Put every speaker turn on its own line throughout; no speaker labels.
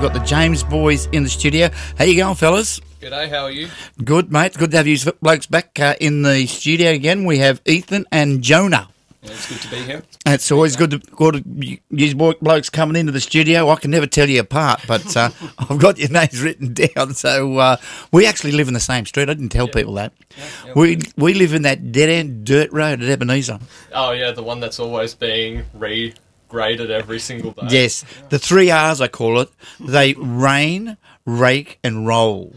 got the James boys in the studio. How you going, fellas?
G'day, how are you?
Good, mate. Good to have you blokes back uh, in the studio again. We have Ethan and Jonah.
Yeah, it's good to be here.
It's always good to, good to you blokes coming into the studio. I can never tell you apart, but uh, I've got your names written down. So uh, we actually live in the same street. I didn't tell people that.
yeah,
we we live in that dead end dirt road at Ebenezer.
Oh yeah, the one that's always being regraded every single day.
Yes, the three R's I call it. They rain, rake, and roll.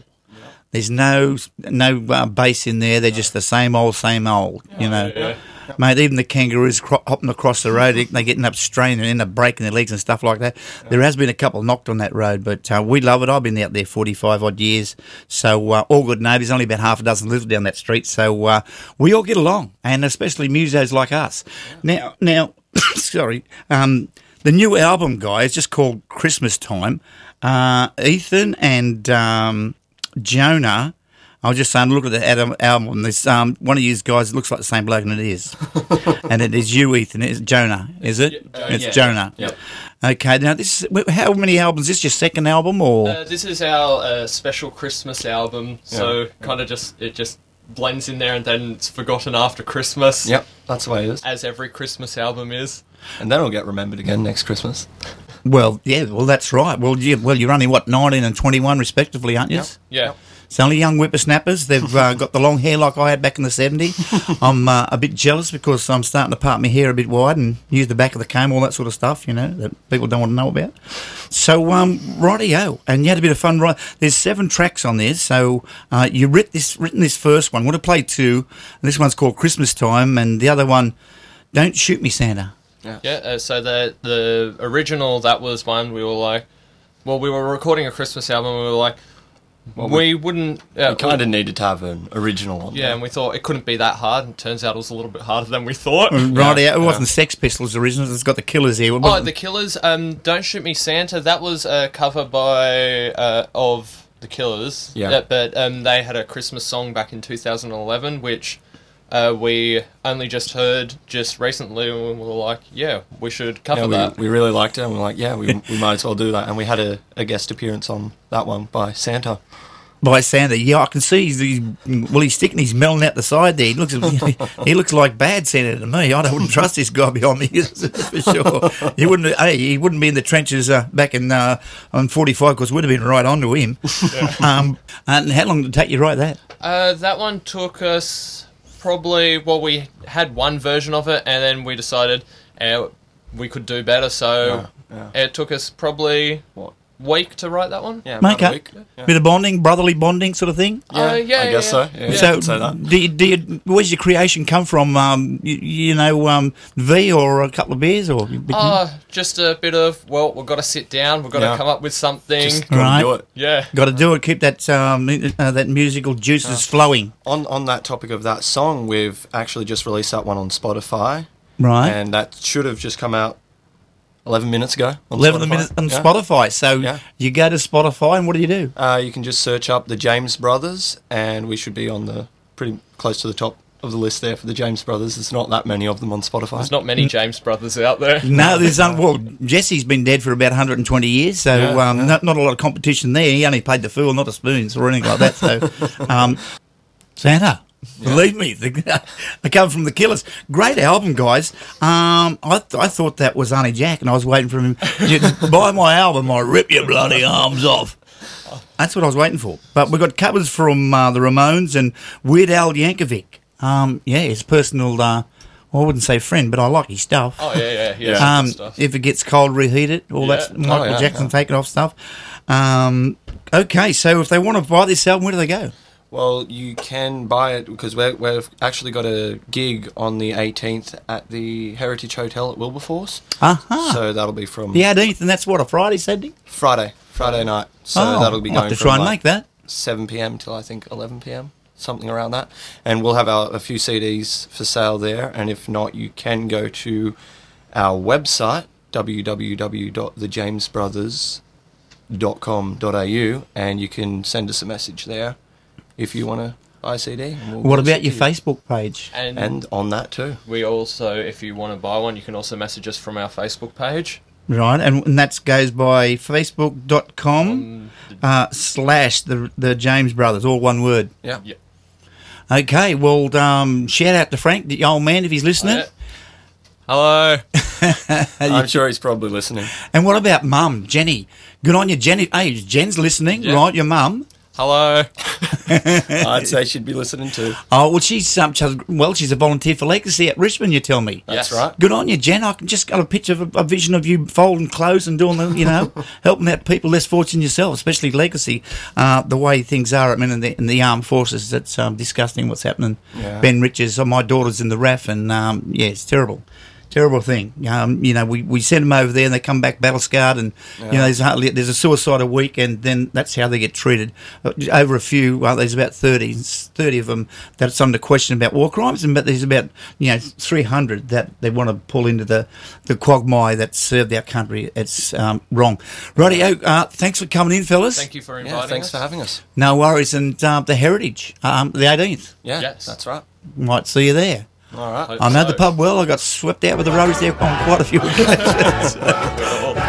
There's no no uh, base in there. They're just the same old, same old. You know,
Yeah.
mate. Even the kangaroos cro- hopping across the road, they- they're getting up strained and end up breaking their legs and stuff like that. There has been a couple knocked on that road, but uh, we love it. I've been out there 45 odd years, so uh, all good neighbours. Only about half a dozen live down that street, so uh, we all get along, and especially musos like us. Now, now, sorry. Um, the new album, guy, is just called Christmas Time. Uh, Ethan and um, Jonah. I was just saying, look at the Adam album. This um, one of you guys looks like the same bloke, and it is. and it is you, Ethan. It's Jonah, is it?
Yeah,
it's
yeah.
Jonah.
Yep.
Okay. Now, this is, how many albums? Is this your second album, or
Uh, this is our uh, special Christmas album, so kind of just it just blends in there, and then it's forgotten after Christmas.
Yep, that's the way it is.
As every Christmas album is.
And then it'll get remembered again next Christmas.
well, yeah, well, that's right. Well, yeah, well, you're only what 19 and 21 respectively, aren't you?
Yeah.
It's only young whippersnappers. They've uh, got the long hair like I had back in the 70s. I'm uh, a bit jealous because I'm starting to part my hair a bit wide and use the back of the comb, all that sort of stuff, you know, that people don't want to know about. So, um, rightio. And you had a bit of fun. Right, There's seven tracks on this. So, uh, you writ this, written this first one. What to play two. And this one's called Christmas Time. And the other one, Don't Shoot Me, Santa.
Yeah. Uh, so the the original that was one we were like, well, we were recording a Christmas album. and We were like,
Well,
we, wouldn't. Uh,
we kind of needed to have an original on.
Yeah,
there.
and we thought it couldn't be that hard, and turns out it was a little bit harder than we thought.
Rightio. It
yeah.
wasn't Sex Pistols original. It's got the killers here. It
Oh,
wasn't-
the Killers. Um, Don't shoot me, Santa. That was a cover by uh, of the Killers.
Yeah.
but um, they had a Christmas song back in 2011, which uh, we only just heard just recently, and we were like, yeah, we should cover
Yeah, we,
that.
we really liked it, and we're like, yeah, we, we might as well do that. And we had a, a guest appearance on that one by Santa.
by Santa. Yeah, I can see he's, he's well, he's sticking his melon out the side there. He looks, he looks like bad Santa to me. I wouldn't trust this guy behind me for sure. He wouldn't, hey, he wouldn't be in the trenches uh, back in uh, on forty five because we'd have been right onto him. um, and how long did it take you to write that?
Uh, that one took us probably well, we had one version of it, and then we decided uh, we could do better, so
Yeah,
it took us probably what week to write that one.
Yeah,
Make
about a
up,
week. Yeah.
bit of uh, bonding, brotherly bonding, sort of thing.
Uh, yeah,
I guess
yeah,
so. Yeah,
yeah.
you
So,
could say that.
do you, do you, where's your creation come from? Um, you, you know, um, V or a couple of beers or
Oh, just a bit of well, we've got to sit down. We've got
Yeah.
to come up with something.
Just gotta
Right.
do it.
yeah,
got to do it. Keep that um, uh, that musical juices flowing,
On on that topic of that song, we've actually just released that one on Spotify,
right?
and that should have just come out eleven minutes ago. On
11
Spotify.
minutes on
Yeah.
Spotify. So
Yeah.
you go to Spotify and what do you do?
Uh, you can just search up the James Brothers, and we should be on the pretty close to the top of the list there for the James Brothers. There's not that many of them on Spotify.
there's not many James brothers out there.
No, there's un- well, Jesse's been dead for about 120 years, so
Yeah,
um, Not, not a lot of competition there. He only played the fool, not the spoons or anything like that. So, um, Santa, believe me, the, I come from the Killers. Great album, guys. Um, I, th- I thought that was Arnie Jack, and I was waiting for him. to buy my album, I rip your bloody arms off. That's what I was waiting for. But we've got covers from uh, the Ramones and Weird Al Yankovic. Um, yeah, his personal. Uh, well, I wouldn't say friend, but I like his stuff.
Oh yeah, yeah, yeah. some good
Um,
stuff.
if it gets cold, reheat it. All
Yeah.
that Michael
Oh, yeah,
Jackson taking off stuff. Um, okay, so if they want to buy this album, where do they go?
Well, you can buy it because we're, we've actually got a gig on the 18th at the Heritage Hotel at Wilberforce.
Uh-huh.
So that'll be from
The 18th, and that's what a Friday, Saturday.
Friday, Friday night. So
oh,
that'll be
I'll
going
have to
from,
try and make
like,
that.
7 p.m. till I think 11 p.m. something around that. And we'll have our, a few CDs for sale there. And if not, you can go to our website www.thejamesbrothers.com.au and you can send us a message there if you want to buy a CD. and we'll
What
get it
about
to
your
you.
Facebook page?
And,
And on that too.
we also, if you want to buy one, you can also message us from our Facebook page.
Right, and, and that goes by facebook.com uh, slash the, the James Brothers, all one word.
Yeah.
Yeah.
Okay, well, um, shout out to Frank, the old man, if he's listening.
Hello.
I'm sure he's probably listening.
And what about mum, Jenny? Good on you, Jenny. Hey, Jen's listening,
Yeah.
right? Your mum.
Hello.
I'd say she'd be listening too.
Oh, well, she's um, she's- well, she's a volunteer for Legacy at Richmond. You tell me.
That's
Yes.
right.
Good on you, Jen. I can just got a picture of a, a vision of you folding clothes and doing the, you know, helping out people less fortunate yourself, especially legacy. Uh, the way things are at minute in the, in the armed forces, it's um, disgusting what's happening.
Yeah.
Ben Richards, oh, my daughter's in the RAF, and um, yeah, it's terrible. Terrible thing, um, you know. We, we send them over there, and they come back battle scarred, and you know there's hardly there's a suicide a week, and then that's how they get treated. Uh, Over a few, well, there's about 30, 30 of them that's under question about war crimes, and but there's about you know three hundred that they want to pull into the the quagmire that served our country. It's um, wrong. Rightio, uh, thanks for coming in, fellas.
Thank you for inviting
Yeah, thanks
us.
for having us.
No worries, and um, the heritage, um, the eighteenth.
Yeah,
Yes.
that's right.
Might see you there.
All right.
I know the
So-
pub well. I got swept out with the rubbish there on quite a few occasions.
Well,